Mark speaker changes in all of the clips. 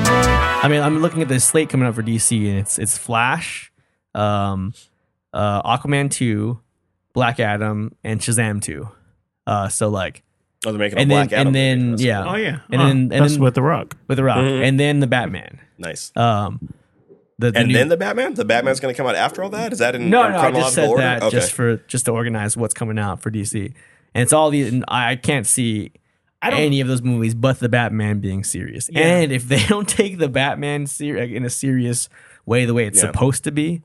Speaker 1: I mean, I'm looking at the slate coming up for DC, and it's it's Flash, um, uh, Aquaman two, Black Adam, and Shazam two. Uh, so like,
Speaker 2: Oh, they're making a
Speaker 1: and then
Speaker 2: Black Adam.
Speaker 1: and then
Speaker 2: movie. That's
Speaker 1: yeah,
Speaker 2: cool.
Speaker 3: Oh yeah,
Speaker 1: And
Speaker 3: Huh.
Speaker 1: then- and
Speaker 3: that's
Speaker 1: then-
Speaker 3: with the Rock.
Speaker 1: with the Rock,
Speaker 2: Mhm.
Speaker 1: and then the Batman.
Speaker 2: nice.
Speaker 1: Um, the, the
Speaker 2: and
Speaker 1: new-
Speaker 2: then the Batman. The Batman's going to come out after all that. Is that in,
Speaker 1: no,
Speaker 2: in
Speaker 1: no, I
Speaker 2: chronological
Speaker 1: just said
Speaker 2: order?
Speaker 1: that
Speaker 2: okay.
Speaker 1: just for just to organize what's coming out for DC, and it's all these. And I I can't see
Speaker 3: I don't-
Speaker 1: any of those movies, but the Batman being serious.
Speaker 3: Yeah.
Speaker 1: And if they don't take the Batman ser- in a serious way, the way it's
Speaker 2: Yeah.
Speaker 1: supposed to be,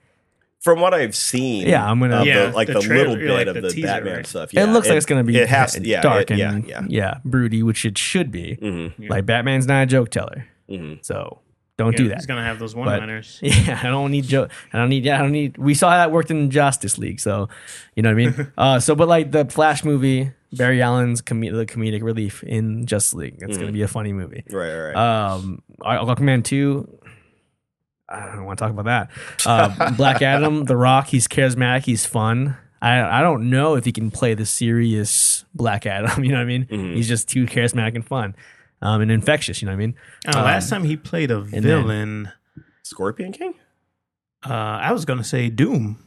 Speaker 2: From what I've seen,
Speaker 1: Yeah, I'm gonna-
Speaker 2: of
Speaker 3: Yeah,
Speaker 2: the, like
Speaker 3: the
Speaker 2: the,
Speaker 3: trailer,
Speaker 2: little bit
Speaker 3: like
Speaker 2: of
Speaker 3: the
Speaker 2: the,
Speaker 3: teaser,
Speaker 2: Batman
Speaker 3: right?
Speaker 2: stuff.
Speaker 1: it
Speaker 2: yeah,
Speaker 1: looks like it's going to be
Speaker 2: It has to. Yeah,
Speaker 1: dark
Speaker 2: it- yeah,
Speaker 1: and
Speaker 2: yeah.
Speaker 1: broody, which it should be.
Speaker 2: Mhm,
Speaker 3: Yeah.
Speaker 1: Like Batman's not a joke teller,
Speaker 2: mhm.
Speaker 1: so don't
Speaker 3: Yeah,
Speaker 1: do that.
Speaker 3: He's gonna have those one liners.
Speaker 1: Yeah, I don't need Joe. I don't need. I don't need. We saw how that worked in Justice League, so you know what I mean. uh, so, but like the Flash movie, Barry Allen's com- the comedic relief in Justice League.
Speaker 2: Mm-hmm.
Speaker 1: It's gonna be a funny movie.
Speaker 2: Right, right, right.
Speaker 1: Um, Aquaman two. I don't want to talk about that. Uh, Black Adam, The Rock. He's charismatic. He's fun. I I don't know if he can play the serious Black Adam. You know what I mean?
Speaker 2: Mhm.
Speaker 1: He's just too charismatic and fun, um, and infectious. You know what I mean?
Speaker 3: Uh, last time he played a
Speaker 1: um, then-
Speaker 3: villain,
Speaker 2: Scorpion King.
Speaker 3: uh, I was gonna say Doom.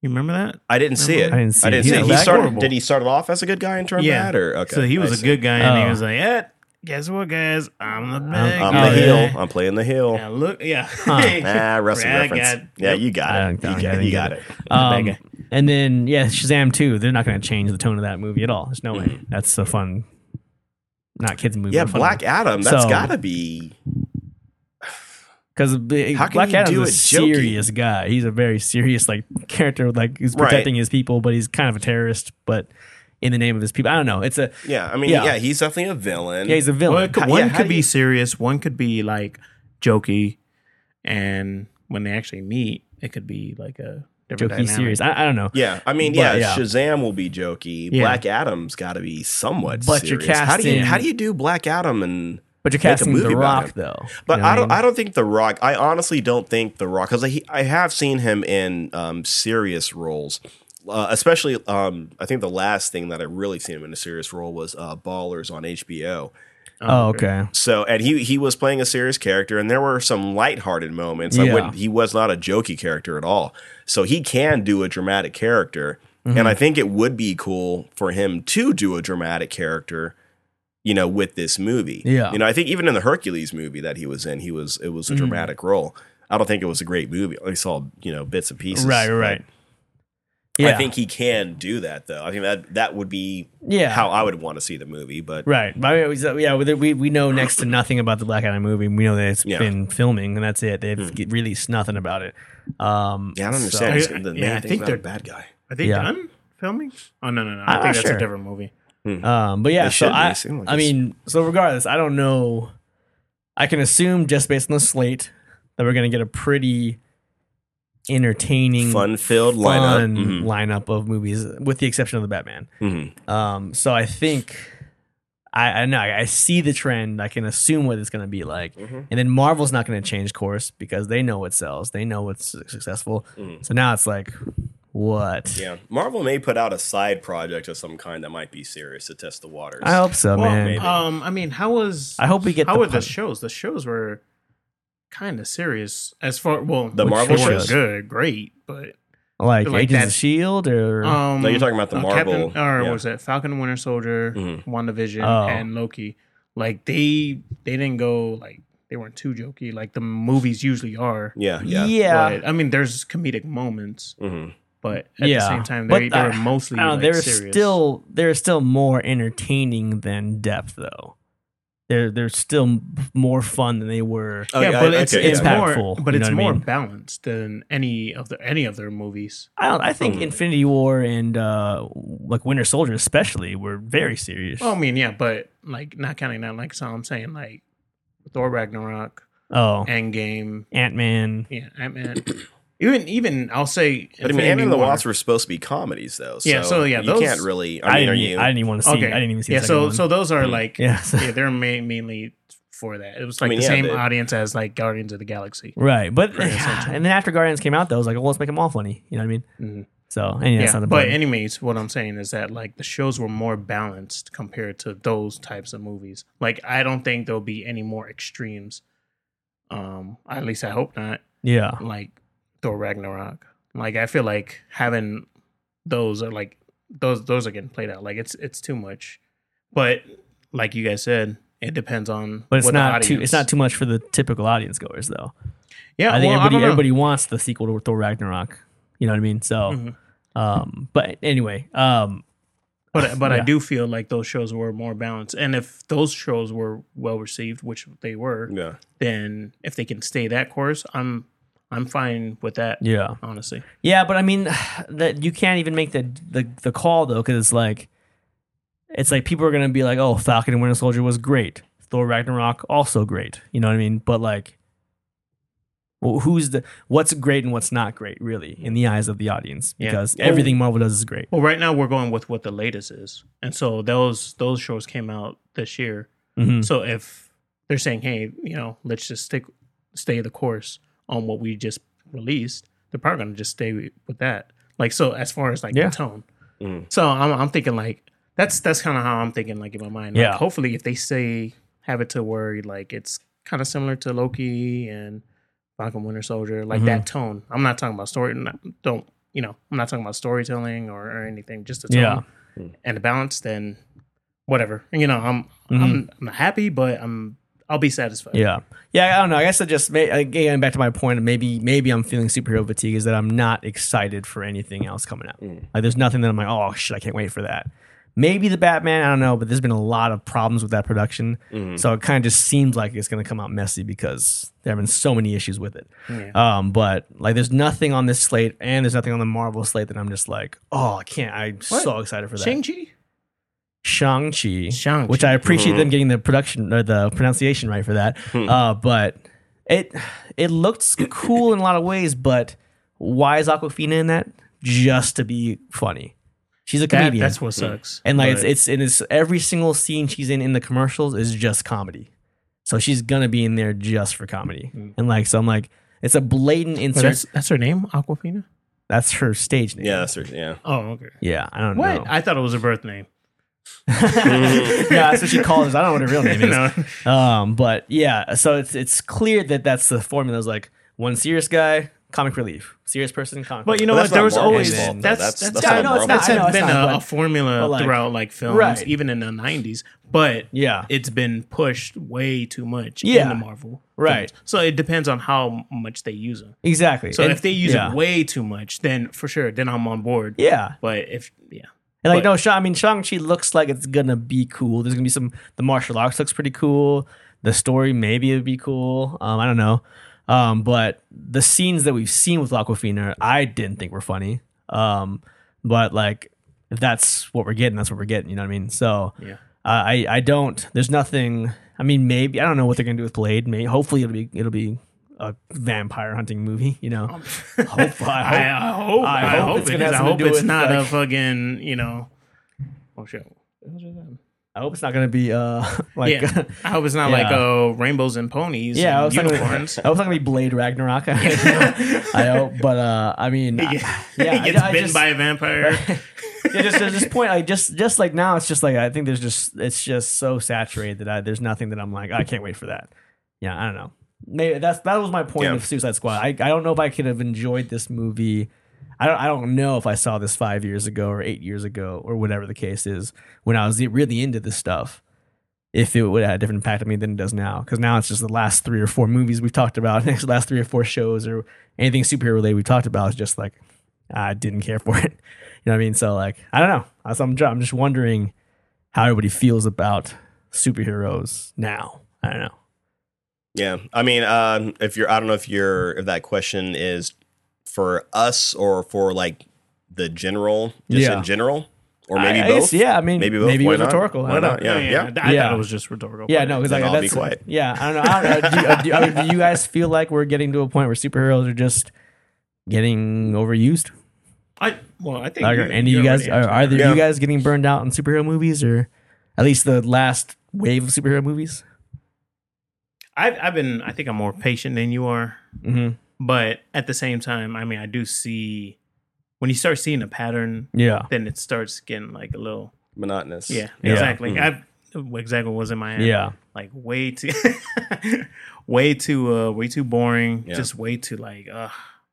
Speaker 3: You remember that?
Speaker 2: I didn't see it.
Speaker 1: I didn't see it.
Speaker 3: Yeah,
Speaker 2: He
Speaker 3: that's
Speaker 2: started.
Speaker 3: horrible.
Speaker 2: Did he start off as a good guy in terms
Speaker 3: Yeah.
Speaker 2: of that? Or okay,
Speaker 3: so he
Speaker 2: I
Speaker 3: was a
Speaker 2: see.
Speaker 3: good guy, and
Speaker 1: Oh.
Speaker 3: he was like, "Eh, guess what, guys? I'm the big
Speaker 2: I'm
Speaker 1: Oh,
Speaker 2: the
Speaker 3: guy."
Speaker 1: yeah.
Speaker 2: heel. I'm playing the heel.
Speaker 3: Yeah, look, yeah.
Speaker 2: Ah, wrestling
Speaker 3: Yeah, I
Speaker 2: reference.
Speaker 3: got-
Speaker 2: yeah, you got
Speaker 1: I
Speaker 2: it.
Speaker 1: don't- I don't
Speaker 2: You got,
Speaker 1: get
Speaker 2: you
Speaker 1: it.
Speaker 2: got it.
Speaker 1: Um,
Speaker 3: bad
Speaker 1: and then yeah, Shazam 2 They're not going to change the tone of that movie at all. There's no way. That's a fun, not kids movie.
Speaker 2: Yeah, Black Adam. That's
Speaker 1: So-
Speaker 2: got to be.
Speaker 1: because
Speaker 2: How can
Speaker 1: Black
Speaker 2: you
Speaker 1: Adam's
Speaker 2: do
Speaker 1: a
Speaker 2: it joking?
Speaker 1: serious guy. He's a very serious like character. Like he's
Speaker 2: Right.
Speaker 1: protecting his people, but he's kind of a terrorist. But in the name of his people, I don't know. It's a
Speaker 2: Yeah, I mean,
Speaker 1: Yeah.
Speaker 2: yeah, he's definitely a villain.
Speaker 1: yeah, he's a
Speaker 3: Well,
Speaker 1: villain.
Speaker 3: it could-
Speaker 2: How-
Speaker 3: one
Speaker 2: yeah, how
Speaker 3: could
Speaker 2: do
Speaker 3: be
Speaker 2: you-
Speaker 3: serious, one could be like jokey, and when they actually meet, it could be like a different
Speaker 1: Jokey
Speaker 3: dynamic.
Speaker 1: serious. I, I don't know.
Speaker 2: Yeah, I mean,
Speaker 1: But,
Speaker 2: yeah,
Speaker 1: yeah.
Speaker 2: Shazam will be jokey.
Speaker 3: Yeah.
Speaker 2: Black Adam's got to be somewhat.
Speaker 1: But you're
Speaker 2: serious. how do you
Speaker 1: casting-
Speaker 2: how do you do Black Adam and?
Speaker 1: But you're
Speaker 2: Make a
Speaker 1: casting
Speaker 2: movie
Speaker 1: The
Speaker 2: about
Speaker 1: Rock
Speaker 2: him.
Speaker 1: though.
Speaker 2: But
Speaker 1: You know what
Speaker 2: I don't.
Speaker 1: mean?
Speaker 2: I don't think The Rock. I honestly don't think The Rock because I, I have seen him in um, serious roles, uh, especially. Um, I think the last thing that I really seen him in a serious role was uh, Ballers on HBO. um,
Speaker 1: Oh okay.
Speaker 2: So and he he was playing a serious character, and there were some lighthearted moments. I
Speaker 1: Yeah.
Speaker 2: wouldn't, he was not a jokey character at all. So he can do a dramatic character, and I
Speaker 1: Mm-hmm.
Speaker 2: think it would be cool for him to do a dramatic character. You know, with this movie,
Speaker 1: Yeah. Mm.
Speaker 2: You know, I think even in the Hercules movie that he was in, he was it was a dramatic role. I don't think it was a great movie. I saw you know bits and pieces.
Speaker 1: Right, right. Yeah.
Speaker 2: I think he can do that though. I think that that would be
Speaker 1: Yeah.
Speaker 2: how I would want to see the movie. But
Speaker 1: Right. But I mean, so, yeah, we, we we know next to nothing about the Black Adam movie. We know that it's
Speaker 2: Yeah. Hmm.
Speaker 1: been filming, and that's it. They've released nothing about it. Um,
Speaker 2: yeah, I don't
Speaker 1: so-
Speaker 2: understand.
Speaker 3: I-
Speaker 2: the main
Speaker 3: yeah, I
Speaker 2: thing's
Speaker 3: think
Speaker 2: not
Speaker 3: they're-
Speaker 2: a bad guy.
Speaker 3: Are they
Speaker 1: Yeah.
Speaker 3: done filming? Oh no, no, no!
Speaker 1: I'm
Speaker 3: I
Speaker 1: not
Speaker 3: think that's
Speaker 1: sure.
Speaker 3: a different movie.
Speaker 1: Um, but yeah,
Speaker 2: They
Speaker 1: so
Speaker 2: should be.
Speaker 1: I,
Speaker 2: It seemed like
Speaker 1: I
Speaker 2: it's-
Speaker 1: mean, so regardless, I don't know. I can assume just based on the slate that we're going to get a pretty entertaining,
Speaker 2: fun filled lineup.
Speaker 1: Mm. fun
Speaker 2: Mhm.
Speaker 1: lineup of movies, with the exception of the Batman.
Speaker 2: Mhm.
Speaker 1: Um, so I think I, I know I, I see the trend. I can assume what it's going to be like,
Speaker 2: Mm-hmm.
Speaker 1: and then Marvel's not going to change course because they know what sells. They know what's su- successful. So now it's like, what?
Speaker 2: Mm-hmm. Yeah, Marvel may put out a side project of some kind that might be serious to test the waters.
Speaker 1: I hope so,
Speaker 3: Well,
Speaker 1: man.
Speaker 2: maybe.
Speaker 3: um, I mean, how was
Speaker 1: I hope we get
Speaker 3: how
Speaker 1: the
Speaker 3: were the
Speaker 1: pun-
Speaker 3: shows? The shows were kind of serious as far well,
Speaker 2: The
Speaker 3: which
Speaker 2: Marvel
Speaker 3: they weren't
Speaker 2: shows?
Speaker 3: good, great, but
Speaker 1: Like,
Speaker 3: like
Speaker 1: Agents of
Speaker 3: that-
Speaker 1: Shield E or
Speaker 3: um,
Speaker 2: No, you're talking about the
Speaker 3: uh,
Speaker 2: Marvel-
Speaker 3: Captain, or
Speaker 2: yeah.
Speaker 3: what was it Falcon and Winter Soldier,
Speaker 2: Mhm.
Speaker 3: WandaVision,
Speaker 1: Oh.
Speaker 3: and Loki? Like they they didn't go like they weren't too jokey like the movies usually are.
Speaker 2: yeah,
Speaker 1: yeah.
Speaker 2: yeah.
Speaker 3: But, I mean, there's comedic moments,
Speaker 2: Mhm.
Speaker 3: but at
Speaker 1: yeah.
Speaker 3: the same time,
Speaker 1: But
Speaker 3: they, they
Speaker 1: I-
Speaker 3: were mostly
Speaker 1: I don't know,
Speaker 3: like,
Speaker 1: they're
Speaker 3: serious.
Speaker 1: still they're still more entertaining than depth though. They're they're still m- more fun than they were.
Speaker 2: Oh,
Speaker 3: yeah,
Speaker 2: yeah,
Speaker 3: but
Speaker 2: I-
Speaker 3: it's,
Speaker 2: okay,
Speaker 3: it's
Speaker 1: yeah.
Speaker 3: more,
Speaker 1: Impactful,
Speaker 3: but
Speaker 1: you
Speaker 3: it's
Speaker 1: know what I
Speaker 3: more
Speaker 1: mean?
Speaker 3: balanced than any of the any of their movies.
Speaker 1: I don't. I think
Speaker 3: Hmm.
Speaker 1: Infinity War and uh, like Winter Soldier especially were very serious.
Speaker 3: Well, I mean, yeah, but like not counting that, like so I'm saying, like Thor Ragnarok,
Speaker 1: oh,
Speaker 3: Endgame,
Speaker 1: Ant Man.
Speaker 3: yeah, Ant Man, even even I'll say,
Speaker 2: But I mean,
Speaker 3: Infinity
Speaker 2: Ant and the
Speaker 3: War.
Speaker 2: Wasp were supposed to be comedies, though. So
Speaker 3: Yeah, so, yeah,
Speaker 2: you
Speaker 3: those-
Speaker 2: can't really.
Speaker 1: I,
Speaker 2: I mean, are
Speaker 1: didn't. e,
Speaker 2: you?
Speaker 1: I didn't even want to see.
Speaker 3: Okay,
Speaker 1: I didn't even see.
Speaker 3: yeah,
Speaker 1: the
Speaker 3: so
Speaker 1: second one.
Speaker 3: so those are like yeah,
Speaker 1: yeah, so-
Speaker 3: they're ma- mainly for that. It was
Speaker 2: I
Speaker 3: like
Speaker 2: mean,
Speaker 3: the
Speaker 2: yeah,
Speaker 3: same
Speaker 2: they-
Speaker 3: audience as like Guardians of the Galaxy.
Speaker 1: right. But
Speaker 3: Right, essentially.
Speaker 1: and then after Guardians came out, though, I was like, well, let's make them all funny. You know what I mean?
Speaker 3: Mhm.
Speaker 1: So anyway, that's
Speaker 3: Yeah,
Speaker 1: not the
Speaker 3: but
Speaker 1: point.
Speaker 3: anyways, what I'm saying is that like the shows were more balanced compared to those types of movies. Like I don't think there'll be any more extremes Um, at least I hope not.
Speaker 1: Yeah.
Speaker 3: Like Thor Ragnarok. Like I feel like having those are like those those are getting played out. Like it's it's too much. But like you guys said, it depends on.
Speaker 1: But it's
Speaker 3: what the
Speaker 1: not too
Speaker 3: audience-
Speaker 1: it's not too much for the typical audience goers though.
Speaker 3: Yeah,
Speaker 1: I think
Speaker 3: well,
Speaker 1: everybody
Speaker 3: don't know.
Speaker 1: everybody wants the sequel to Thor Ragnarok. You know what I mean? So
Speaker 3: Mhm.
Speaker 1: um but anyway, um
Speaker 3: But but I
Speaker 1: Yeah.
Speaker 3: do feel like those shows were more balanced, and if those shows were well received, which they were,
Speaker 2: Yeah.
Speaker 3: then if they can stay that course, I'm I'm fine with that.
Speaker 1: yeah.
Speaker 3: honestly.
Speaker 1: Yeah, but I mean that you can't even make the the, the call though cuz it's like it's like people are going to be like, "Oh, Falcon and Winter Soldier was great. Thor Ragnarok also great." You know what I mean? But like well, who's the what's great and what's not great really in the eyes of the audience
Speaker 3: Yeah.
Speaker 1: because
Speaker 3: Well-
Speaker 1: everything Marvel does is great.
Speaker 3: Well, right now we're going with what the latest is, and so those those shows came out this year.
Speaker 1: Mhm.
Speaker 3: So if they're saying, hey, you know, let's just stick stay the course on what we just released, they're probably going to just stay with that. Like so, as far as like
Speaker 1: Yeah.
Speaker 3: the tone.
Speaker 2: Mm.
Speaker 3: So I'm I'm thinking like that's that's kind of how I'm thinking like in my mind. Like,
Speaker 1: Yeah.
Speaker 3: hopefully, if they say have it to where like it's kind of similar to Loki and Falcon Winter Soldier, like
Speaker 1: Mhm.
Speaker 3: that tone. I'm not talking about story. not- Don't you know? I'm not talking about storytelling or, or anything. Just the tone
Speaker 1: Yeah.
Speaker 3: and the balance. Then whatever. You know, I'm I'm I'm happy, but I'm I'll be satisfied.
Speaker 1: Yeah, yeah. I don't know. I guess I just may, again back to my point. Maybe maybe I'm feeling superhero fatigue is that I'm not excited for anything else coming out. Like there's nothing that I'm like, oh shit, I can't wait for that. Maybe the Batman. I don't know, but there's been a lot of problems with that production, so it kind of just seems like it's going to come out messy because there have been so many issues with it.
Speaker 3: Yeah.
Speaker 1: Um, but like, there's nothing on this slate, and there's nothing on the Marvel slate that I'm just like, oh, I can't. I'm so excited for that.
Speaker 3: Shang Chi.
Speaker 1: Shang-Chi,
Speaker 3: Shang-Chi.
Speaker 1: which I appreciate them getting the production or the pronunciation right for that. Uh, but it it looks cool in a lot of ways, but why is Aquafina in that? Just to be funny. She's a
Speaker 3: That,
Speaker 1: comedian.
Speaker 3: that's what sucks.
Speaker 1: and like it's,
Speaker 3: But-
Speaker 1: it's and it's every single scene she's in in the commercials is just comedy. So she's gonna be in there just for comedy. And like so I'm like it's a blatant
Speaker 3: but
Speaker 1: insert.
Speaker 3: Hmm. that's
Speaker 1: That's,
Speaker 3: that's her name, Aquafina.
Speaker 1: her stage name.
Speaker 2: Yeah. That's her, yeah.
Speaker 3: Oh, okay.
Speaker 1: Yeah, I don't
Speaker 3: What?
Speaker 1: know.
Speaker 3: I thought it was her birth name.
Speaker 1: yeah, that's what she calls. I don't know what her real name is.
Speaker 3: No.
Speaker 1: Um, but yeah, so it's it's clear that that's the formula. Is like one serious guy, comic relief, serious person, comic.
Speaker 3: But you know
Speaker 2: But that's
Speaker 3: what?
Speaker 2: not
Speaker 3: There was
Speaker 2: Marvel's
Speaker 3: always
Speaker 1: fault, though.
Speaker 3: that's
Speaker 2: That's-
Speaker 3: that's,
Speaker 2: that's
Speaker 3: I
Speaker 2: not
Speaker 3: know it's
Speaker 2: Marvel.
Speaker 3: not, I know
Speaker 1: it's
Speaker 3: been
Speaker 1: not,
Speaker 3: a,
Speaker 1: but-
Speaker 3: a formula
Speaker 1: but, like-
Speaker 3: throughout like films,
Speaker 1: Right.
Speaker 3: even in the '90s. But
Speaker 1: yeah,
Speaker 3: it's been pushed way too much in
Speaker 1: Yeah.
Speaker 3: the Marvel,
Speaker 1: Right.
Speaker 3: films. So it depends on how much they use them.
Speaker 1: exactly.
Speaker 3: So
Speaker 1: And-
Speaker 3: if they use
Speaker 1: yeah.
Speaker 3: it way too much, then for sure, then I'm on board.
Speaker 1: yeah,
Speaker 3: But if yeah,
Speaker 1: and like
Speaker 3: but-
Speaker 1: no, Sha- I mean Shang Chi looks like it's gonna be cool. There's gonna be some. The martial arts looks pretty cool. The story maybe it'd be cool. Um, I don't know. Um, but the scenes that we've seen with Aquafina, I didn't think were funny. Um, but like if that's what we're getting, that's what we're getting. You know what I mean? So
Speaker 3: yeah,
Speaker 1: Uh, I I don't. There's nothing. I mean, maybe I don't know what they're gonna do with Blade. Maybe hopefully it'll be it'll be a vampire hunting movie. You know, hope, I hope.
Speaker 3: Um, I, uh, I hope
Speaker 1: I
Speaker 3: I,
Speaker 1: hope
Speaker 3: hope
Speaker 1: it's
Speaker 3: it
Speaker 1: gonna
Speaker 3: is.
Speaker 1: have
Speaker 3: I
Speaker 1: something
Speaker 3: hope
Speaker 1: to do
Speaker 3: it's
Speaker 1: with,
Speaker 3: not
Speaker 1: like-
Speaker 3: a fucking you know. Oh shit.
Speaker 1: I hope it's not gonna be uh like
Speaker 3: yeah,
Speaker 1: yeah.
Speaker 3: I hope it's not like
Speaker 1: Yeah.
Speaker 3: oh rainbows and ponies.
Speaker 1: I
Speaker 3: and
Speaker 1: was not gonna, I
Speaker 3: unicorns.
Speaker 1: was not gonna be Blade Ragnarok. I hope, but uh, I mean, I-
Speaker 3: yeah,
Speaker 1: yeah,
Speaker 3: he gets
Speaker 1: I, I
Speaker 3: bitten
Speaker 1: just,
Speaker 3: by a vampire.
Speaker 1: yeah, just at this point, like just just like now, it's just like I think there's just it's just so saturated that I, there's nothing that I'm like I can't wait for that. Yeah, I don't know. Maybe that's that was my point
Speaker 2: Yeah.
Speaker 1: of Suicide Squad. I, I don't know if I could have enjoyed this movie. I don't I don't know if I saw this five years ago or eight years ago or whatever the case is when I was really into this stuff. If it would have had a different impact on me than it does now, because now it's just the last three or four movies we've talked about, next last three or four shows or anything superhero related we've talked about is just like I didn't care for it. You know what I mean? So like, I don't know. I- so I'm, ju- I'm just wondering how everybody feels about superheroes now. I don't know.
Speaker 2: Yeah. I mean, um, if you're, I don't know if you're, if that question is for us or for like the general, just
Speaker 1: Yeah.
Speaker 2: in general, or
Speaker 1: I-
Speaker 2: maybe
Speaker 1: I
Speaker 2: both.
Speaker 1: guess, yeah, I mean,
Speaker 2: Maybe both.
Speaker 1: Maybe
Speaker 2: Why
Speaker 1: it was
Speaker 2: not?
Speaker 1: rhetorical. I
Speaker 2: Why
Speaker 1: don't know.
Speaker 2: not? Yeah. Yeah.
Speaker 3: I- I
Speaker 1: Yeah.
Speaker 3: thought it was just rhetorical.
Speaker 1: Yeah, no, because
Speaker 2: Then
Speaker 1: like
Speaker 2: I'll be
Speaker 1: that's
Speaker 2: quiet.
Speaker 1: yeah. I don't know. I don't know. Do, you- uh, do, you- I mean, do you guys feel like we're getting to a point where superheroes are just getting overused?
Speaker 3: I well, I think
Speaker 1: Like, are any of you guys are
Speaker 3: already
Speaker 1: either of
Speaker 2: Yeah.
Speaker 1: you guys getting burned out on superhero movies or at least the last wave of superhero movies?
Speaker 3: I've I've been. I think I'm more patient than you are,
Speaker 2: Mm-hmm.
Speaker 1: hmm
Speaker 3: but at the same time, I mean, I do see when you start seeing a pattern,
Speaker 1: Yeah.
Speaker 3: then it starts getting like a little.
Speaker 2: Monotonous.
Speaker 3: Yeah,
Speaker 1: Yeah. Hmm.
Speaker 3: exactly.
Speaker 2: Mhm.
Speaker 3: I've exactly what was in my head.
Speaker 1: Yeah.
Speaker 3: like way too, way too, uh, way too boring.
Speaker 2: Yeah.
Speaker 3: Just way too like uh,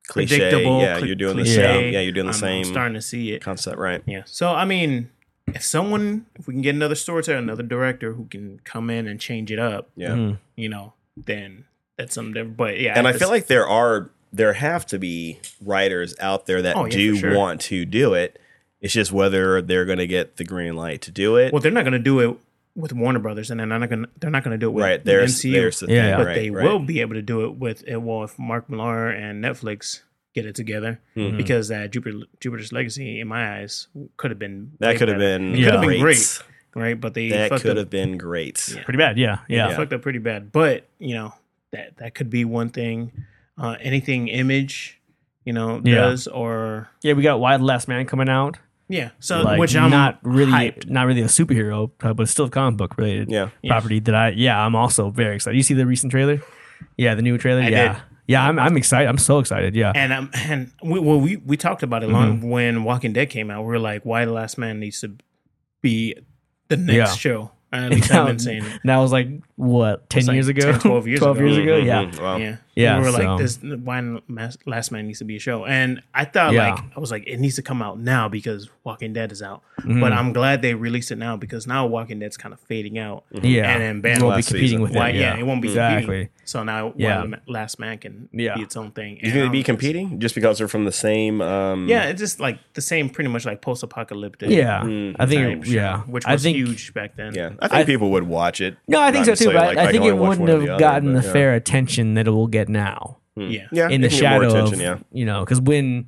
Speaker 2: Cliche.
Speaker 3: predictable.
Speaker 2: yeah,
Speaker 3: cl-
Speaker 2: you're doing the
Speaker 3: cliche.
Speaker 2: same. Yeah, you're doing the
Speaker 3: I'm-
Speaker 2: same
Speaker 3: I'm starting to see it.
Speaker 2: concept, right?
Speaker 3: Yeah. So I mean, if someone, if we can get another storyteller, another director who can come in and change it up,
Speaker 2: Yeah.
Speaker 1: Mhm.
Speaker 3: you know, then that's something different. But yeah,
Speaker 2: and I
Speaker 3: just-
Speaker 2: feel like there are there have to be writers out there that
Speaker 3: Oh, yeah,
Speaker 2: do
Speaker 3: for sure.
Speaker 2: want to do it. It's just whether they're going to get the green light to do it.
Speaker 3: well, they're not going to do it with Warner Brothers, and then they're not going. to They're not going to do it with
Speaker 2: right
Speaker 3: the
Speaker 2: there's
Speaker 3: MCU.
Speaker 2: there's the thing,
Speaker 1: Yeah,
Speaker 3: but
Speaker 2: right,
Speaker 3: they
Speaker 2: right.
Speaker 3: will be able to do it with it. Well, if Mark Millar and Netflix get it together,
Speaker 2: Mhm.
Speaker 3: because uh, Jupiter, Jupiter's Legacy, in my eyes, could have been
Speaker 2: That
Speaker 3: way
Speaker 2: could have
Speaker 3: better,
Speaker 2: been
Speaker 1: It could've
Speaker 3: been
Speaker 2: great.
Speaker 3: great. right, but they
Speaker 2: That
Speaker 3: fucked
Speaker 2: could
Speaker 3: up
Speaker 2: have been great.
Speaker 3: Yeah.
Speaker 1: Pretty bad. Yeah. Yeah.
Speaker 3: fucked up pretty bad. But you know that that could be one thing. Uh, anything image, you know,
Speaker 1: Yeah.
Speaker 3: does or
Speaker 1: Yeah, we got Wide Last Man coming out.
Speaker 3: yeah. So
Speaker 1: like,
Speaker 3: Uh, which I'm
Speaker 1: not really,
Speaker 3: hyped.
Speaker 1: not really a superhero, uh, but it's still a comic book related
Speaker 2: Yeah.
Speaker 1: property that I, yeah, I'm also very excited. You see the recent trailer? Yeah, the new trailer.
Speaker 3: I
Speaker 1: yeah,
Speaker 3: did.
Speaker 1: yeah, I'm, I'm excited. I'm so excited. Yeah,
Speaker 3: And um, and we well we we talked about it long
Speaker 2: Mm-hmm.
Speaker 3: when Walking Dead came out. We were like, why the Last Man needs to be the next
Speaker 1: Yeah.
Speaker 3: show. At least I've been saying it.
Speaker 1: that was like what ten
Speaker 3: It's like
Speaker 1: years ago,
Speaker 3: 10, 12 years ago.
Speaker 2: Mhm,
Speaker 1: Yeah,
Speaker 2: mhm, Wow.
Speaker 3: Yeah,
Speaker 1: Yeah,
Speaker 3: We were
Speaker 1: so-
Speaker 3: like, this why the Mas- Last Man needs to be a show, and I thought
Speaker 1: Yeah.
Speaker 3: like I was like, it needs to come out now because Walking Dead is out.
Speaker 1: Mm-hmm.
Speaker 3: But I'm glad they released it now because now Walking Dead's kind of fading out.
Speaker 2: Mm-hmm.
Speaker 1: yeah,
Speaker 3: and then bam,
Speaker 1: You won't be
Speaker 2: last
Speaker 1: competing
Speaker 2: season.
Speaker 1: with
Speaker 3: Why,
Speaker 1: that.
Speaker 3: yeah. it won't be
Speaker 1: exactly.
Speaker 3: competing. So now,
Speaker 1: Yeah.
Speaker 3: yeah, Last Man can
Speaker 1: Yeah.
Speaker 3: be its own thing.
Speaker 2: You think they'd
Speaker 3: And,
Speaker 2: be
Speaker 3: um,
Speaker 2: competing just because they're from the same? Um,
Speaker 3: Yeah, it's just like the same, pretty much like post-apocalyptic.
Speaker 1: Yeah,
Speaker 2: Mm-hmm.
Speaker 1: I
Speaker 3: type
Speaker 1: think
Speaker 3: show,
Speaker 1: yeah,
Speaker 3: which was
Speaker 1: I think
Speaker 3: huge back then.
Speaker 2: yeah. I think
Speaker 1: I-
Speaker 2: people would watch it.
Speaker 1: No, I think
Speaker 2: Not
Speaker 1: so too.
Speaker 2: necessarily,
Speaker 1: But
Speaker 2: like,
Speaker 1: I, I
Speaker 2: can
Speaker 1: think
Speaker 2: only
Speaker 1: it
Speaker 2: watch
Speaker 1: wouldn't
Speaker 2: one or
Speaker 1: have
Speaker 2: the other,
Speaker 1: gotten
Speaker 2: but,
Speaker 1: the
Speaker 2: yeah.
Speaker 1: fair attention that it will get now
Speaker 3: yeah,
Speaker 2: Yeah,
Speaker 1: in the
Speaker 2: it can get more
Speaker 1: shadow of
Speaker 2: attention, yeah.
Speaker 1: you know because when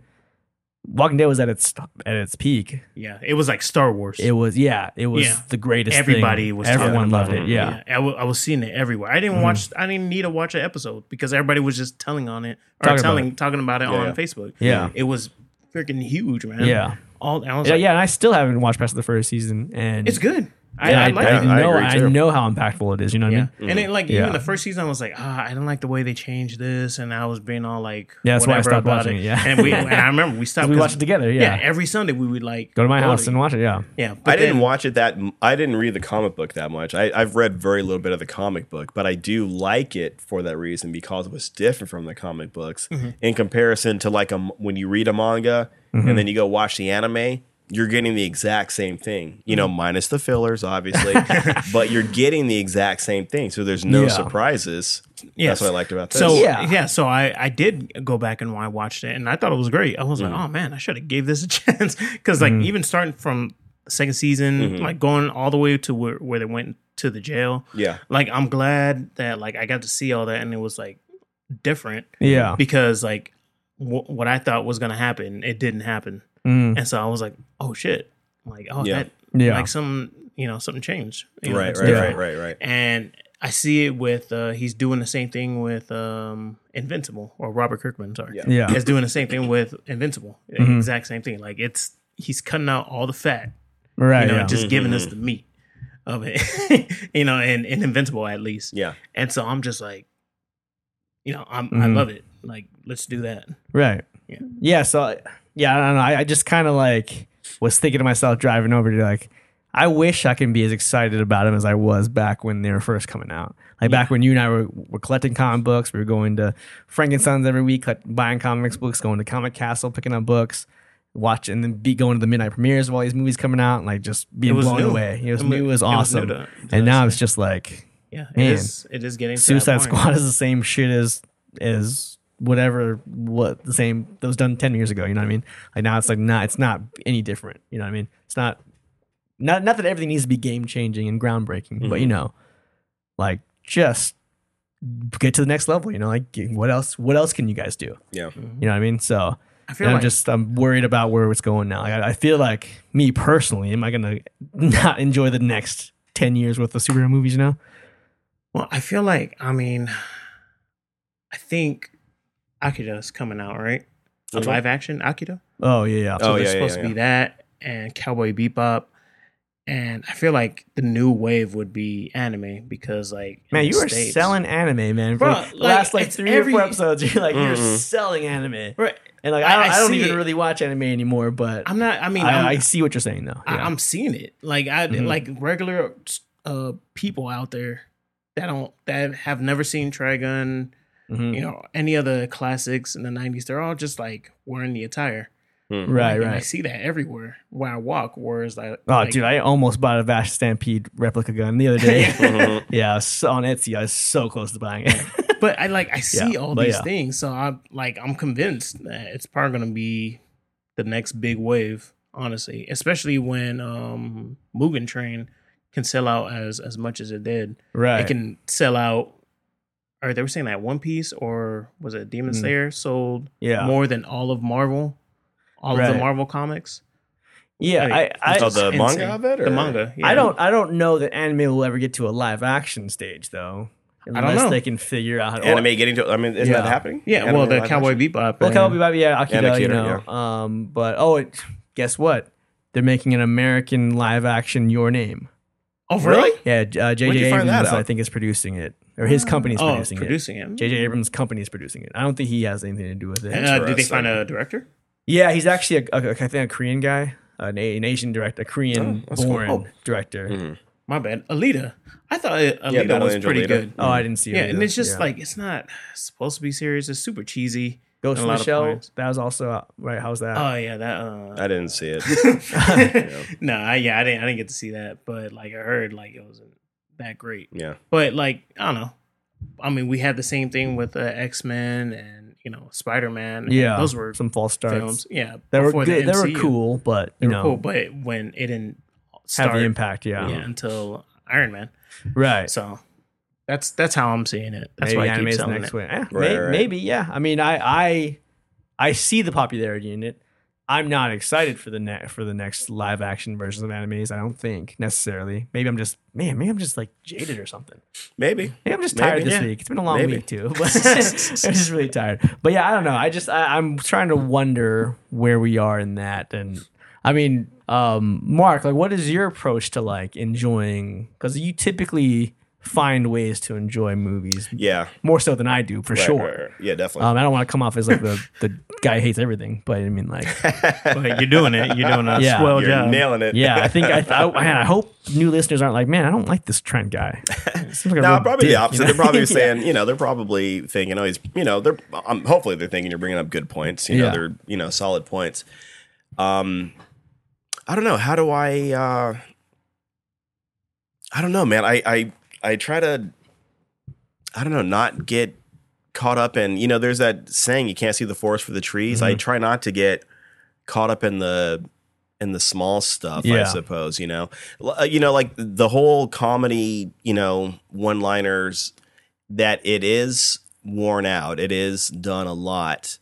Speaker 1: Walking Dead was at its at its peak,
Speaker 3: yeah. It was like Star Wars.
Speaker 1: it was yeah, it was
Speaker 3: Yeah.
Speaker 1: the greatest. thing.
Speaker 3: Everybody was talking
Speaker 1: everyone
Speaker 3: about
Speaker 1: loved it.
Speaker 2: it.
Speaker 1: Yeah. Mm-hmm.
Speaker 3: I wa- I was seeing it everywhere. I didn't watch. I didn't need to watch an episode because everybody was just telling on it or
Speaker 1: Talking about
Speaker 3: telling talking about it on
Speaker 2: yeah.
Speaker 3: Facebook.
Speaker 1: Yeah.
Speaker 3: it was freaking huge, man.
Speaker 1: Yeah.
Speaker 3: all I was
Speaker 1: yeah,
Speaker 3: like,
Speaker 1: yeah, and I still haven't watched past the first season, and
Speaker 3: it's good. I,
Speaker 1: and
Speaker 3: I like it.
Speaker 2: Yeah, I
Speaker 1: know,
Speaker 2: agree,
Speaker 1: I
Speaker 2: too.
Speaker 1: know how impactful it is. You know what I
Speaker 3: Yeah.
Speaker 1: mean?
Speaker 3: And it, like,
Speaker 1: Yeah.
Speaker 3: even the first season, I was like, ah, I didn't like the way they changed this. And I was being all like,
Speaker 1: Yeah, that's why I
Speaker 3: whatever
Speaker 1: stopped
Speaker 3: about
Speaker 1: watching it, yeah.
Speaker 3: And, we, and I remember we stopped.
Speaker 1: We
Speaker 3: 'cause-
Speaker 1: watched it together. Yeah.
Speaker 3: every Sunday we would like
Speaker 1: Go to my house
Speaker 3: to-
Speaker 1: and watch it. Yeah.
Speaker 3: Yeah.
Speaker 2: I
Speaker 3: But
Speaker 2: didn't
Speaker 3: then-
Speaker 2: watch it that. m- I didn't read the comic book that much. I, I've read very little bit of the comic book, but I do like it for that reason because it was different from the comic books
Speaker 3: Mm-hmm.
Speaker 2: in comparison to like a, m- when you read a manga
Speaker 3: Mm-hmm.
Speaker 2: and then you go watch the anime. You're getting the exact same thing, you know,
Speaker 3: Mm-hmm.
Speaker 2: minus the fillers, obviously, but you're getting the exact same thing. So there's no
Speaker 1: Yeah.
Speaker 2: surprises.
Speaker 3: Yes.
Speaker 2: That's what I liked about this.
Speaker 3: So
Speaker 1: Yeah.
Speaker 3: yeah, so I I did go back and I watched it, and I thought it was great. I was
Speaker 2: Mm-hmm.
Speaker 3: like, oh man, I should have gave this a chance because like even starting from the second season,
Speaker 2: Mm-hmm.
Speaker 3: like going all the way to where, where they went to the jail.
Speaker 2: Yeah.
Speaker 3: like I'm glad that like I got to see all that, and it was like different
Speaker 1: Yeah.
Speaker 3: because like w- what I thought was gonna happen, it didn't happen,
Speaker 1: Mm-hmm.
Speaker 3: and so I was like, oh shit, like oh
Speaker 2: Yeah.
Speaker 3: that
Speaker 1: Yeah.
Speaker 3: like some you know something changed, you know,
Speaker 2: right,
Speaker 3: it's
Speaker 2: right,
Speaker 1: Yeah.
Speaker 2: right, right, right.
Speaker 3: and I see it with uh he's doing the same thing with um Invincible or Robert Kirkman, sorry.
Speaker 1: Yeah. Mm-hmm.
Speaker 3: Is doing the same thing with Invincible. Exact same thing. Like it's he's cutting out all the fat,
Speaker 1: Right.
Speaker 3: you know,
Speaker 1: yeah.
Speaker 3: and just giving us the meat of it. you know, and, and Invincible at least.
Speaker 2: Yeah.
Speaker 3: And so I'm just like, you know, I'm
Speaker 1: Mm-hmm.
Speaker 3: I love it. Like, let's do that.
Speaker 1: right. Yeah.
Speaker 3: Yeah.
Speaker 1: So yeah, I don't know. I, I just kind of like was thinking to myself driving over to like, I wish I can be as excited about them as I was back when they were first coming out. Like back when you and I were, were collecting comic books, we were going to Frankenstein's every week, collect, buying comics books, going to Comic Castle, picking up books, watching and then be going to the midnight premieres of all these movies coming out, and like just being
Speaker 3: was
Speaker 1: blown
Speaker 3: new.
Speaker 1: away. It was
Speaker 3: I mean,
Speaker 1: new, it was
Speaker 3: it was new
Speaker 1: awesome,
Speaker 3: to- to
Speaker 1: and
Speaker 3: us,
Speaker 1: now it's just like
Speaker 3: Yeah.
Speaker 1: Man.
Speaker 3: It is it is getting to that
Speaker 1: Suicide
Speaker 3: point.
Speaker 1: Squad is the same shit as as whatever what the same that was done ten years ago. You know what I mean? Like now it's like not it's not any different. You know what I mean? It's not not not that everything needs to be game changing and groundbreaking, but
Speaker 3: Mm-hmm.
Speaker 1: you know, like just get to the next level. You know, like get- what else? What else can you guys do?
Speaker 2: Yeah.
Speaker 1: You know what I mean? So.
Speaker 3: Mm-hmm. I feel
Speaker 1: and I'm
Speaker 3: like
Speaker 1: just I'm worried about where it's going now. Like, I, I feel like me personally, am I gonna not enjoy the next ten years worth of superhero movies? You know?
Speaker 3: Well, I feel like I mean, I think Akida's coming out right. A
Speaker 2: Which one?
Speaker 3: live action Akida.
Speaker 1: Oh yeah, yeah.
Speaker 2: Oh,
Speaker 3: So
Speaker 2: yeah,
Speaker 3: there's
Speaker 2: yeah,
Speaker 3: supposed
Speaker 2: yeah.
Speaker 3: to be that and Cowboy Bebop, and I feel like the new wave would be anime because like in
Speaker 1: Man,
Speaker 3: the
Speaker 1: you are
Speaker 3: States-
Speaker 1: selling anime, man. For
Speaker 3: Bro,
Speaker 1: like, the
Speaker 3: like,
Speaker 1: last like
Speaker 3: it's
Speaker 1: three
Speaker 3: every-
Speaker 1: or four episodes, you're like you're
Speaker 2: Mm-mm.
Speaker 1: selling anime,
Speaker 3: Right.
Speaker 1: and like I,
Speaker 3: I-
Speaker 1: don't,
Speaker 3: I
Speaker 1: I don't
Speaker 3: see
Speaker 1: even
Speaker 3: it.
Speaker 1: really watch anime anymore. But i
Speaker 3: I'm not. I mean,
Speaker 1: I,
Speaker 3: I, am
Speaker 1: see what you're saying though.
Speaker 3: I,
Speaker 1: Yeah.
Speaker 3: I'm seeing it. Like I like regular uh people out there that don't that have never seen Trigun,
Speaker 1: Mhm.
Speaker 3: you know, any of the classics in the nineties. They're all just like wearing the attire.
Speaker 1: Right,
Speaker 2: Hmm.
Speaker 3: Like, and I
Speaker 1: right.
Speaker 3: see that everywhere where I walk. Whereas I
Speaker 1: Oh,
Speaker 3: like,
Speaker 1: dude, I almost bought a Vash Stampede replica gun the other day.
Speaker 2: Mhm.
Speaker 1: yeah, I was so- on Etsy, I was so close to buying it.
Speaker 3: but I like I see
Speaker 1: Yeah,
Speaker 3: all
Speaker 1: but
Speaker 3: these
Speaker 1: yeah.
Speaker 3: things, so I'm like I'm convinced that it's probably gonna be the next big wave, honestly. Especially when um Mugen Train can sell out as as much as it did.
Speaker 1: right.
Speaker 3: It can sell out. Or they were saying that One Piece or was it Demon
Speaker 1: Mm.
Speaker 3: Slayer sold
Speaker 1: yeah.
Speaker 3: more than all of Marvel, all of
Speaker 1: Right.
Speaker 3: the Marvel comics.
Speaker 1: yeah.
Speaker 3: like,
Speaker 1: I, I,
Speaker 2: Oh, the
Speaker 3: insane.
Speaker 2: manga of it, or?
Speaker 3: The manga.
Speaker 1: I
Speaker 3: yeah.
Speaker 1: don't I don't know that anime will ever get to a live action stage though.
Speaker 3: don't
Speaker 1: Unless
Speaker 3: know.
Speaker 1: they can figure out how to
Speaker 2: Anime getting to. I mean, isn't
Speaker 1: Yeah.
Speaker 2: that happening?
Speaker 3: Yeah,
Speaker 2: Anime
Speaker 3: well, the
Speaker 2: live
Speaker 3: Cowboy
Speaker 2: action?
Speaker 3: Bebop.
Speaker 1: Well,
Speaker 3: and-
Speaker 1: Cowboy Bobby, yeah, Akira,
Speaker 2: Akira,
Speaker 1: you know. Um, but oh, it, guess what? They're making an American live action Your Name.
Speaker 3: Oh, really?
Speaker 1: Yeah, J- uh,
Speaker 2: Where'd
Speaker 1: J.J.
Speaker 2: you find that
Speaker 1: Abrams,
Speaker 2: out?
Speaker 1: I think, is producing it, or his company's
Speaker 3: Oh,
Speaker 1: producing it.
Speaker 3: producing it.
Speaker 1: J.J. Abrams' company is producing it. I don't think he has anything to do with it.
Speaker 3: Uh, did they
Speaker 2: Interesting.
Speaker 3: find a director?
Speaker 1: Yeah, he's actually a, a, I think a Korean guy, Uh, an, A- an Asian director, a Korean
Speaker 2: Oh, that's cool.
Speaker 1: born
Speaker 2: Oh.
Speaker 1: director.
Speaker 3: Hmm. My bad. Alita. I thought uh, Alita
Speaker 2: Battle
Speaker 3: was
Speaker 2: Angel
Speaker 3: pretty
Speaker 2: Alita.
Speaker 3: good.
Speaker 1: Oh, I didn't see.
Speaker 3: yeah,
Speaker 1: it
Speaker 3: and
Speaker 1: either.
Speaker 3: it's just
Speaker 1: Yeah.
Speaker 3: like it's not supposed to be serious. It's super cheesy.
Speaker 1: Ghost
Speaker 3: a
Speaker 1: in
Speaker 3: lot
Speaker 1: the
Speaker 3: of
Speaker 1: Shell.
Speaker 3: plans.
Speaker 1: That was also out. right. How's that?
Speaker 3: Oh yeah, that. Uh,
Speaker 2: I didn't see it.
Speaker 3: no, I, yeah, I didn't. I didn't get to see that, but like I heard, like it wasn't that great.
Speaker 2: Yeah.
Speaker 3: But like I don't know. I mean, we had the same thing with uh, X Men and you know Spider Man.
Speaker 1: yeah,
Speaker 3: those were
Speaker 1: some false starts.
Speaker 3: films. Yeah,
Speaker 1: They were
Speaker 3: before the
Speaker 1: good. they were
Speaker 3: MCU.
Speaker 1: cool, but
Speaker 3: They
Speaker 1: you
Speaker 3: were
Speaker 1: know,
Speaker 3: cool, but when it didn't start,
Speaker 1: have the impact. Yeah,
Speaker 3: yeah, until Iron Man.
Speaker 1: right.
Speaker 3: So that's that's how I'm seeing it. That's
Speaker 1: maybe
Speaker 3: why I
Speaker 1: anime
Speaker 3: keep
Speaker 1: is the
Speaker 3: selling
Speaker 1: next
Speaker 3: it.
Speaker 1: way. Eh, may-
Speaker 2: Right, right.
Speaker 1: Maybe yeah. I mean, I I I see the popularity in it. I'm not excited for the net for the next live action versions of animes. I don't think necessarily. Maybe I'm just man. Maybe I'm just like jaded or something.
Speaker 2: Maybe.
Speaker 1: Maybe I'm just tired
Speaker 2: Maybe.
Speaker 1: this
Speaker 3: Yeah.
Speaker 1: week. It's been a long
Speaker 2: Maybe.
Speaker 1: week too. But I'm just really tired. But yeah, I don't know. I just I, I'm trying to wonder where we are in that. And I mean, um, Mark, like, what is your approach to like enjoying? Because you typically find ways to enjoy movies
Speaker 2: Yeah.
Speaker 1: more so than I do for
Speaker 2: Right,
Speaker 1: sure.
Speaker 2: right, right. Yeah, definitely.
Speaker 1: Um, I don't want to come off as like the the guy who hates everything, but I mean like
Speaker 3: But you're doing it. You're doing a
Speaker 1: Uh, Yeah.
Speaker 3: swell
Speaker 2: You're
Speaker 3: job.
Speaker 2: nailing it.
Speaker 1: yeah, I think I, I man, I hope new listeners aren't like man, I don't like this Trent guy. Seems like a
Speaker 2: No,
Speaker 1: real
Speaker 2: probably
Speaker 1: dick,
Speaker 2: the opposite.
Speaker 1: you know?
Speaker 2: They're probably
Speaker 1: Yeah.
Speaker 2: saying, you know, they're probably thinking, oh, he's, you know, they're um, hopefully they're thinking you're bringing up good points. You know,
Speaker 1: Yeah.
Speaker 2: they're you know solid points. Um, I don't know. How do I? uh I don't know, man. I I I try to. I don't know. Not get caught up in you know. There's that saying, you can't see the forest for the trees.
Speaker 1: Mm-hmm.
Speaker 2: I try not to get caught up in the in the small stuff i
Speaker 1: Yeah.
Speaker 2: suppose you know L- uh, you know like the whole comedy you know one liners that it is worn out it is done a lot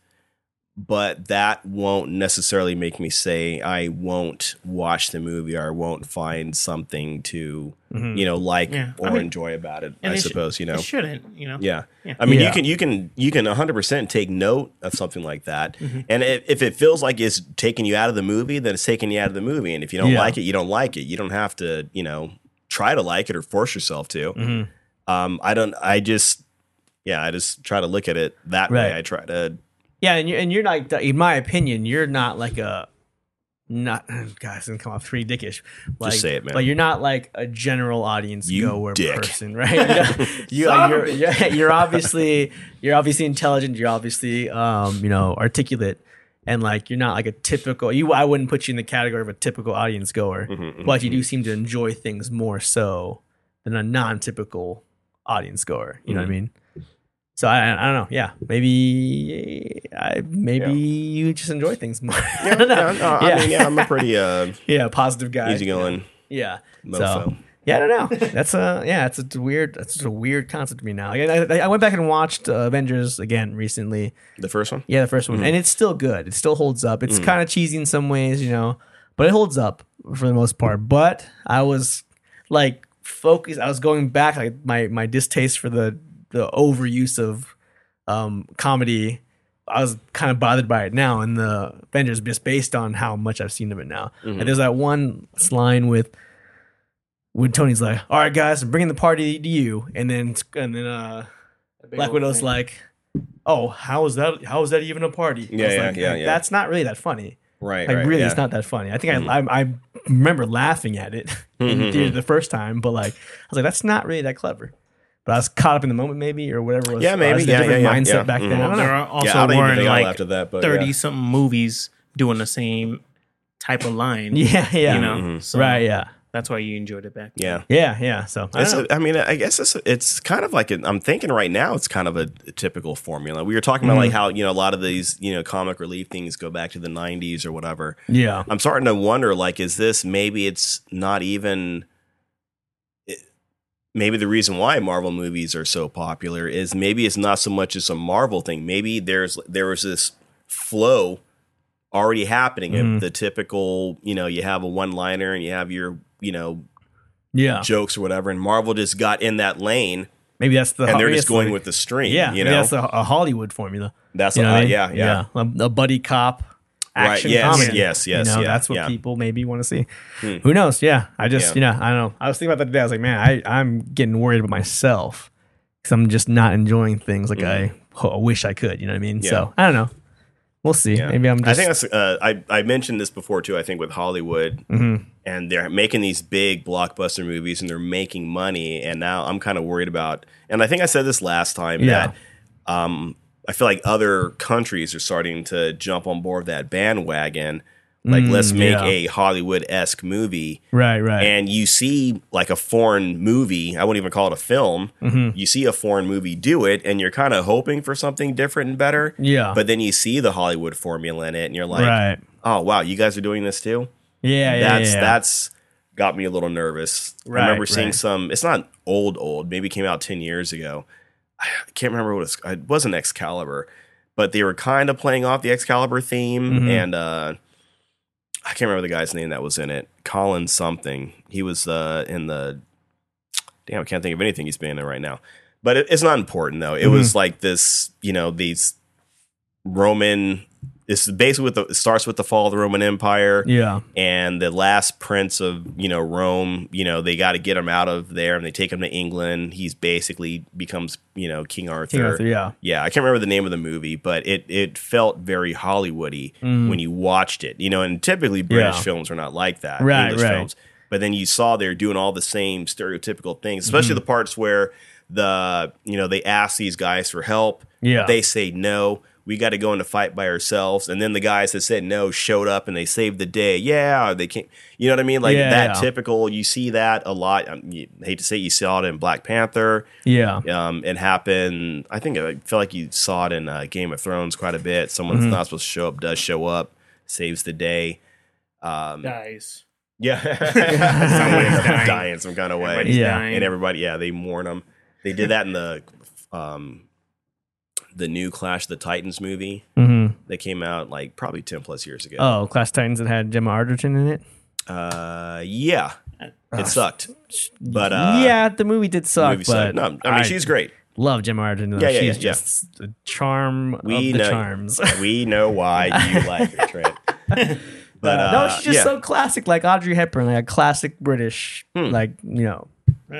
Speaker 2: but that won't necessarily make me say i won't watch the movie or i won't find something to
Speaker 1: Hmm. Mm-hmm.
Speaker 2: you know like
Speaker 3: Yeah, I
Speaker 2: or
Speaker 3: mean-
Speaker 2: enjoy about it
Speaker 3: and
Speaker 2: i
Speaker 3: it sh-
Speaker 2: suppose you know
Speaker 3: It shouldn't, you know.
Speaker 2: yeah.
Speaker 3: Yeah.
Speaker 2: I mean,
Speaker 1: Yeah.
Speaker 2: you can you can you can 100% take note of something like that.
Speaker 3: Mm-hmm.
Speaker 2: And if, if it feels like it's taking you out of the movie, then it's taking you out of the movie. And if you don't
Speaker 1: Yeah.
Speaker 2: like it, you don't like it. You don't have to, you know, try to like it or force yourself to.
Speaker 1: Mm-hmm.
Speaker 2: Um I don't I just yeah, I just try to look at it that
Speaker 1: Right.
Speaker 2: way. I try to
Speaker 1: Yeah, and you're, and you're like, in my opinion, you're not like a, not, guys, didn't come off pretty dickish. Like,
Speaker 2: say it, man.
Speaker 1: But you're not like a general audience
Speaker 2: You
Speaker 1: goer
Speaker 2: dick.
Speaker 1: person, right? You know, you, like, you're, you're, you're obviously, you're obviously intelligent. You're obviously, um, you know, articulate. And like, you're not like a typical, you, I wouldn't put you in the category of a typical audience
Speaker 2: Mm-hmm.
Speaker 1: goer, but you do seem to enjoy things more so than a non typical audience goer. You know what I mean?
Speaker 2: Mm-hmm.
Speaker 1: So I, I don't know. Yeah, maybe I maybe you just enjoy things more. I don't know.
Speaker 2: yeah, no, Uh, I
Speaker 1: Yeah.
Speaker 2: mean, yeah, I'm a pretty uh
Speaker 1: Yeah, positive guy.
Speaker 2: easygoing
Speaker 1: Yeah. So
Speaker 2: mofo.
Speaker 1: yeah, I don't know. That's a yeah. It's a weird. That's a weird concept to me now. Yeah, I, I went back and watched uh, Avengers again recently.
Speaker 2: The first one?
Speaker 1: Yeah, the first one, and it's still good. It still holds up. It's kind of cheesy in some ways, you know, but it holds up for the most part. But I was like focused. I was going back, like my my distaste for the the overuse of um comedy. I was kind of bothered by it now in the Avengers, just based on how much I've seen of it now.
Speaker 2: Mm-hmm. Mm.
Speaker 1: And there's that one line with when Tony's like, "All right, guys, I'm bringing the party to you," and then and then uh, Black Widow's like, "Oh, how is that? How is that even a party?" I
Speaker 2: Yeah,
Speaker 1: was
Speaker 2: yeah,
Speaker 1: like,
Speaker 2: yeah, yeah.
Speaker 1: That's not really that funny.
Speaker 2: Right.
Speaker 1: Like
Speaker 2: right,
Speaker 1: really,
Speaker 2: yeah. Mm-hmm.
Speaker 1: it's not that funny. I think I, I I remember laughing at it in
Speaker 2: Mhm,
Speaker 1: theater the first time, but like I was like, that's not really that clever. But I was caught up in the moment, maybe, or whatever. Was,
Speaker 2: Yeah,
Speaker 1: I was
Speaker 2: maybe.
Speaker 1: in a
Speaker 2: Yeah,
Speaker 1: different
Speaker 2: yeah, yeah,
Speaker 1: mindset
Speaker 2: yeah.
Speaker 1: back then.
Speaker 2: Mhm.
Speaker 1: I don't
Speaker 3: There
Speaker 1: know.
Speaker 3: are also
Speaker 2: yeah, I didn't
Speaker 3: more
Speaker 2: even think I
Speaker 3: like
Speaker 2: laughed at that, but
Speaker 3: thirty
Speaker 2: yeah.
Speaker 3: something movies doing the same type of line.
Speaker 1: Yeah, yeah,
Speaker 3: You know, so
Speaker 1: right, yeah,
Speaker 3: That's why you enjoyed it back. then.
Speaker 2: Yeah.
Speaker 1: yeah, yeah. So I
Speaker 2: It's
Speaker 1: don't know.
Speaker 2: a, I mean, I guess it's it's kind of like an, I'm thinking right now. It's kind of a, typical formula. We were talking about like
Speaker 1: Mm-hmm.
Speaker 2: how you know a lot of these you know comic relief things go back to the '90s or whatever.
Speaker 1: yeah,
Speaker 2: I'm starting to wonder like, is this maybe it's not even. it- Maybe the reason why Marvel movies are so popular is maybe it's not so much as a Marvel thing. Maybe there's there was this flow already happening
Speaker 1: Mm-hmm.
Speaker 2: of the typical, you know, you have a one liner and you have your, you know,
Speaker 1: yeah.
Speaker 2: jokes or whatever, and Marvel just got in that lane
Speaker 1: Maybe that's the
Speaker 2: and they're
Speaker 1: yes,
Speaker 2: just going
Speaker 1: like-
Speaker 2: with the stream.
Speaker 1: yeah.
Speaker 2: you
Speaker 1: maybe
Speaker 2: know,
Speaker 1: that's a, a Hollywood formula.
Speaker 2: that's
Speaker 1: You know
Speaker 2: uh,
Speaker 1: what I mean?
Speaker 2: yeah, yeah,
Speaker 1: A, a buddy cop
Speaker 2: right.
Speaker 1: action
Speaker 2: Yes,
Speaker 1: comedy.
Speaker 2: yes, yes,
Speaker 1: you know,
Speaker 2: yeah,
Speaker 1: that's what
Speaker 2: yeah. Hmm.
Speaker 1: people maybe want to see. Who knows? Yeah, I just
Speaker 2: Yeah.
Speaker 1: you know I don't know. I was thinking about that today. I was like, man, I I'm getting worried about myself because I'm just not enjoying things like I ho- I wish I could. You know what I mean?
Speaker 2: Mm-hmm. Yeah.
Speaker 1: So I don't know. We'll see.
Speaker 2: Yeah.
Speaker 1: Maybe I'm just.
Speaker 2: I think that's. Uh, I I mentioned this before too. I think with Hollywood,
Speaker 1: Mm-hmm.
Speaker 2: and they're making these big blockbuster movies, and they're making money. And now I'm kind of worried about. And I think I said this last time
Speaker 1: Yeah.
Speaker 2: that. Um, I feel like other countries are starting to jump on board that bandwagon. Like, let's make
Speaker 1: Mm, yeah.
Speaker 2: a Hollywood esque movie.
Speaker 1: right, right.
Speaker 2: and you see like a foreign movie i wouldn't even call it a film
Speaker 1: Mm-hmm.
Speaker 2: you see a foreign movie do it and you're kind of hoping for something different and better
Speaker 1: yeah,
Speaker 2: but then you see the hollywood formula in it and you're like
Speaker 1: right.
Speaker 2: oh wow you guys are doing this too
Speaker 1: Yeah, yeah,
Speaker 2: that's
Speaker 1: yeah.
Speaker 2: that's got me a little nervous
Speaker 1: Right,
Speaker 2: i remember seeing
Speaker 1: right.
Speaker 2: some it's not old old maybe it came out 10 years ago i can't remember what it's, it wasn't excalibur but they were kind of playing off the excalibur theme
Speaker 1: Mhm.
Speaker 2: and uh i can't remember the guy's name that was in it colin something he was uh in the damn i can't think of anything he's been in right now but it, it's not important though it was
Speaker 1: Mm-hmm.
Speaker 2: like this you know these roman it's basically with the it starts with the fall of the roman empire
Speaker 1: yeah,
Speaker 2: and the last prince of you know Rome, you know they got to get him out of there, and they take him to England. He's basically becomes you know King Arthur.
Speaker 1: King Arthur. Yeah,
Speaker 2: Yeah, I can't remember the name of the movie, but it it felt very Hollywoody when you watched it. You know, and typically British
Speaker 1: Mm. Yeah.
Speaker 2: films are not like that.
Speaker 1: Right,
Speaker 2: English
Speaker 1: right.
Speaker 2: films. But then you saw they're doing all the same stereotypical things, especially
Speaker 1: Mm-hmm.
Speaker 2: the parts where the you know they ask these guys for help.
Speaker 1: Yeah.
Speaker 2: They say no. We got to go into fight by ourselves, and then the guys that said no showed up and they saved the day. Yeah, they came. You know what I mean? Like
Speaker 1: Yeah,
Speaker 2: that
Speaker 1: yeah.
Speaker 2: typical. You see that a lot. I mean, you- hate to say it, you saw it in Black Panther.
Speaker 1: yeah.
Speaker 2: Um, it happened. I think I feel like you saw it in uh, Game of Thrones quite a bit. Someone
Speaker 1: Mm-hmm.
Speaker 2: that's not supposed to show up does show up, saves the day. Um,
Speaker 3: Guys.
Speaker 2: Yeah, someone ends up
Speaker 3: dying.
Speaker 2: dying some kind of way,
Speaker 3: Everybody's
Speaker 1: Yeah.
Speaker 3: dying.
Speaker 2: and everybody, yeah, they mourn them. They did that in the um, the new Clash of the Titans movie
Speaker 1: hmm
Speaker 2: that came out like probably ten plus years ago.
Speaker 1: Oh, Clash Titans that had Gemma Arterton in it.
Speaker 2: Uh, yeah, it sucked, but uh,
Speaker 1: Ah. yeah, the movie did
Speaker 2: the
Speaker 1: suck.
Speaker 2: movie
Speaker 1: but
Speaker 2: sucked. No, I mean she's great.
Speaker 1: love Gemma Arterton. Though.
Speaker 2: Yeah, yeah,
Speaker 1: she's
Speaker 2: yeah, yeah.
Speaker 1: just the charm
Speaker 2: We
Speaker 1: of the
Speaker 2: know Uh,
Speaker 1: charms.
Speaker 2: we know why you like her, Trent. But uh,
Speaker 1: no, she's just
Speaker 2: yeah.
Speaker 1: so classic, like Audrey Hepburn, like a classic British, like you know,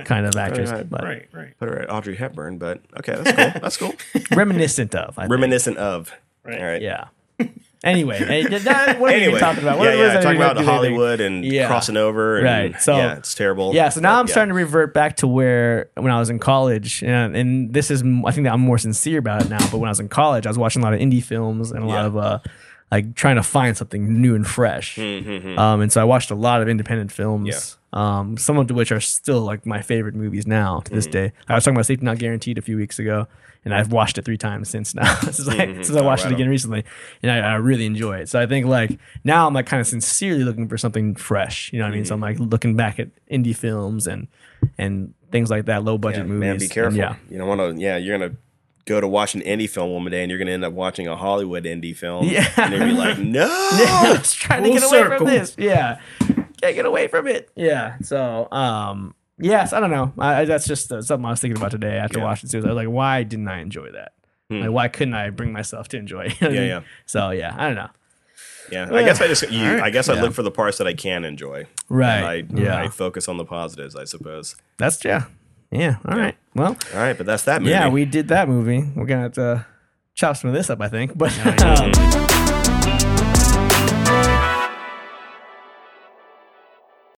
Speaker 1: kind of actress,
Speaker 2: Hmm. right,
Speaker 1: but
Speaker 3: Right, right.
Speaker 2: put her at Audrey Hepburn, but okay, that's cool. That's cool.
Speaker 1: reminiscent of. I think.
Speaker 2: Reminiscent of.
Speaker 3: Right.
Speaker 2: All right.
Speaker 1: Yeah. Anyway, eh, th- that- what are
Speaker 2: Anyway,
Speaker 1: you talking about? What
Speaker 2: yeah,
Speaker 1: what
Speaker 2: yeah,
Speaker 1: does that
Speaker 2: talking
Speaker 1: even have
Speaker 2: about
Speaker 1: to do with anything?
Speaker 2: Hollywood and
Speaker 1: Yeah.
Speaker 2: crossing over. And,
Speaker 1: Right, so-
Speaker 2: yeah, it's terrible.
Speaker 1: Yeah, so now
Speaker 2: But,
Speaker 1: I'm starting to revert back to where when I was in college, and, and this is I think that I'm more sincere about it now. But when I was in college, I was watching a lot of indie films and a lot
Speaker 2: Yeah.
Speaker 1: of uh, like trying to find something new and fresh.
Speaker 2: Hmm.
Speaker 1: Um, and so I watched a lot of independent films.
Speaker 2: Yeah. Hmm.
Speaker 1: Um, some of which are still like my favorite movies now to this day. I was talking about Safety Not Guaranteed a few weeks ago, and I've watched it three times since now. since, I, since I watched it
Speaker 2: Hmm. right on.
Speaker 1: again recently, and I, I really enjoy it. So I think like now I'm like kind of sincerely looking for something fresh. You know what I mean? So
Speaker 2: Hmm.
Speaker 1: I'm like looking back at indie films and and things like that, low budget movies.
Speaker 2: Man, be
Speaker 1: And,
Speaker 2: careful.
Speaker 1: yeah.
Speaker 2: You don't want to, yeah, you're going to go to watch an indie film one day and you're going to end up watching a Hollywood indie film.
Speaker 1: Yeah.
Speaker 2: And you'll be like,
Speaker 1: I
Speaker 2: no.
Speaker 1: was trying to
Speaker 3: Full
Speaker 1: get away
Speaker 3: circle.
Speaker 1: from this. Yeah, can't get away from it. Yeah. So, um, yes, I don't know. I, I- that's just uh, something I was thinking about today after
Speaker 2: Yeah.
Speaker 1: watching the series. I was like, why didn't I enjoy that? Like, why couldn't I bring myself to enjoy? it? You know what I
Speaker 2: Yeah,
Speaker 1: mean?
Speaker 2: yeah.
Speaker 1: So, Hmm. yeah, I don't know.
Speaker 2: yeah. I guess I just, you,
Speaker 3: All right.
Speaker 2: I guess I look for the parts that I can enjoy.
Speaker 1: Right.
Speaker 2: And I,
Speaker 1: Yeah.
Speaker 2: I focus on the positives, I suppose.
Speaker 1: That's yeah, yeah. All right. Well,
Speaker 2: All right. But that's that movie.
Speaker 1: yeah, we did that movie. We're gonna have to chop some of this up, I think. But. um,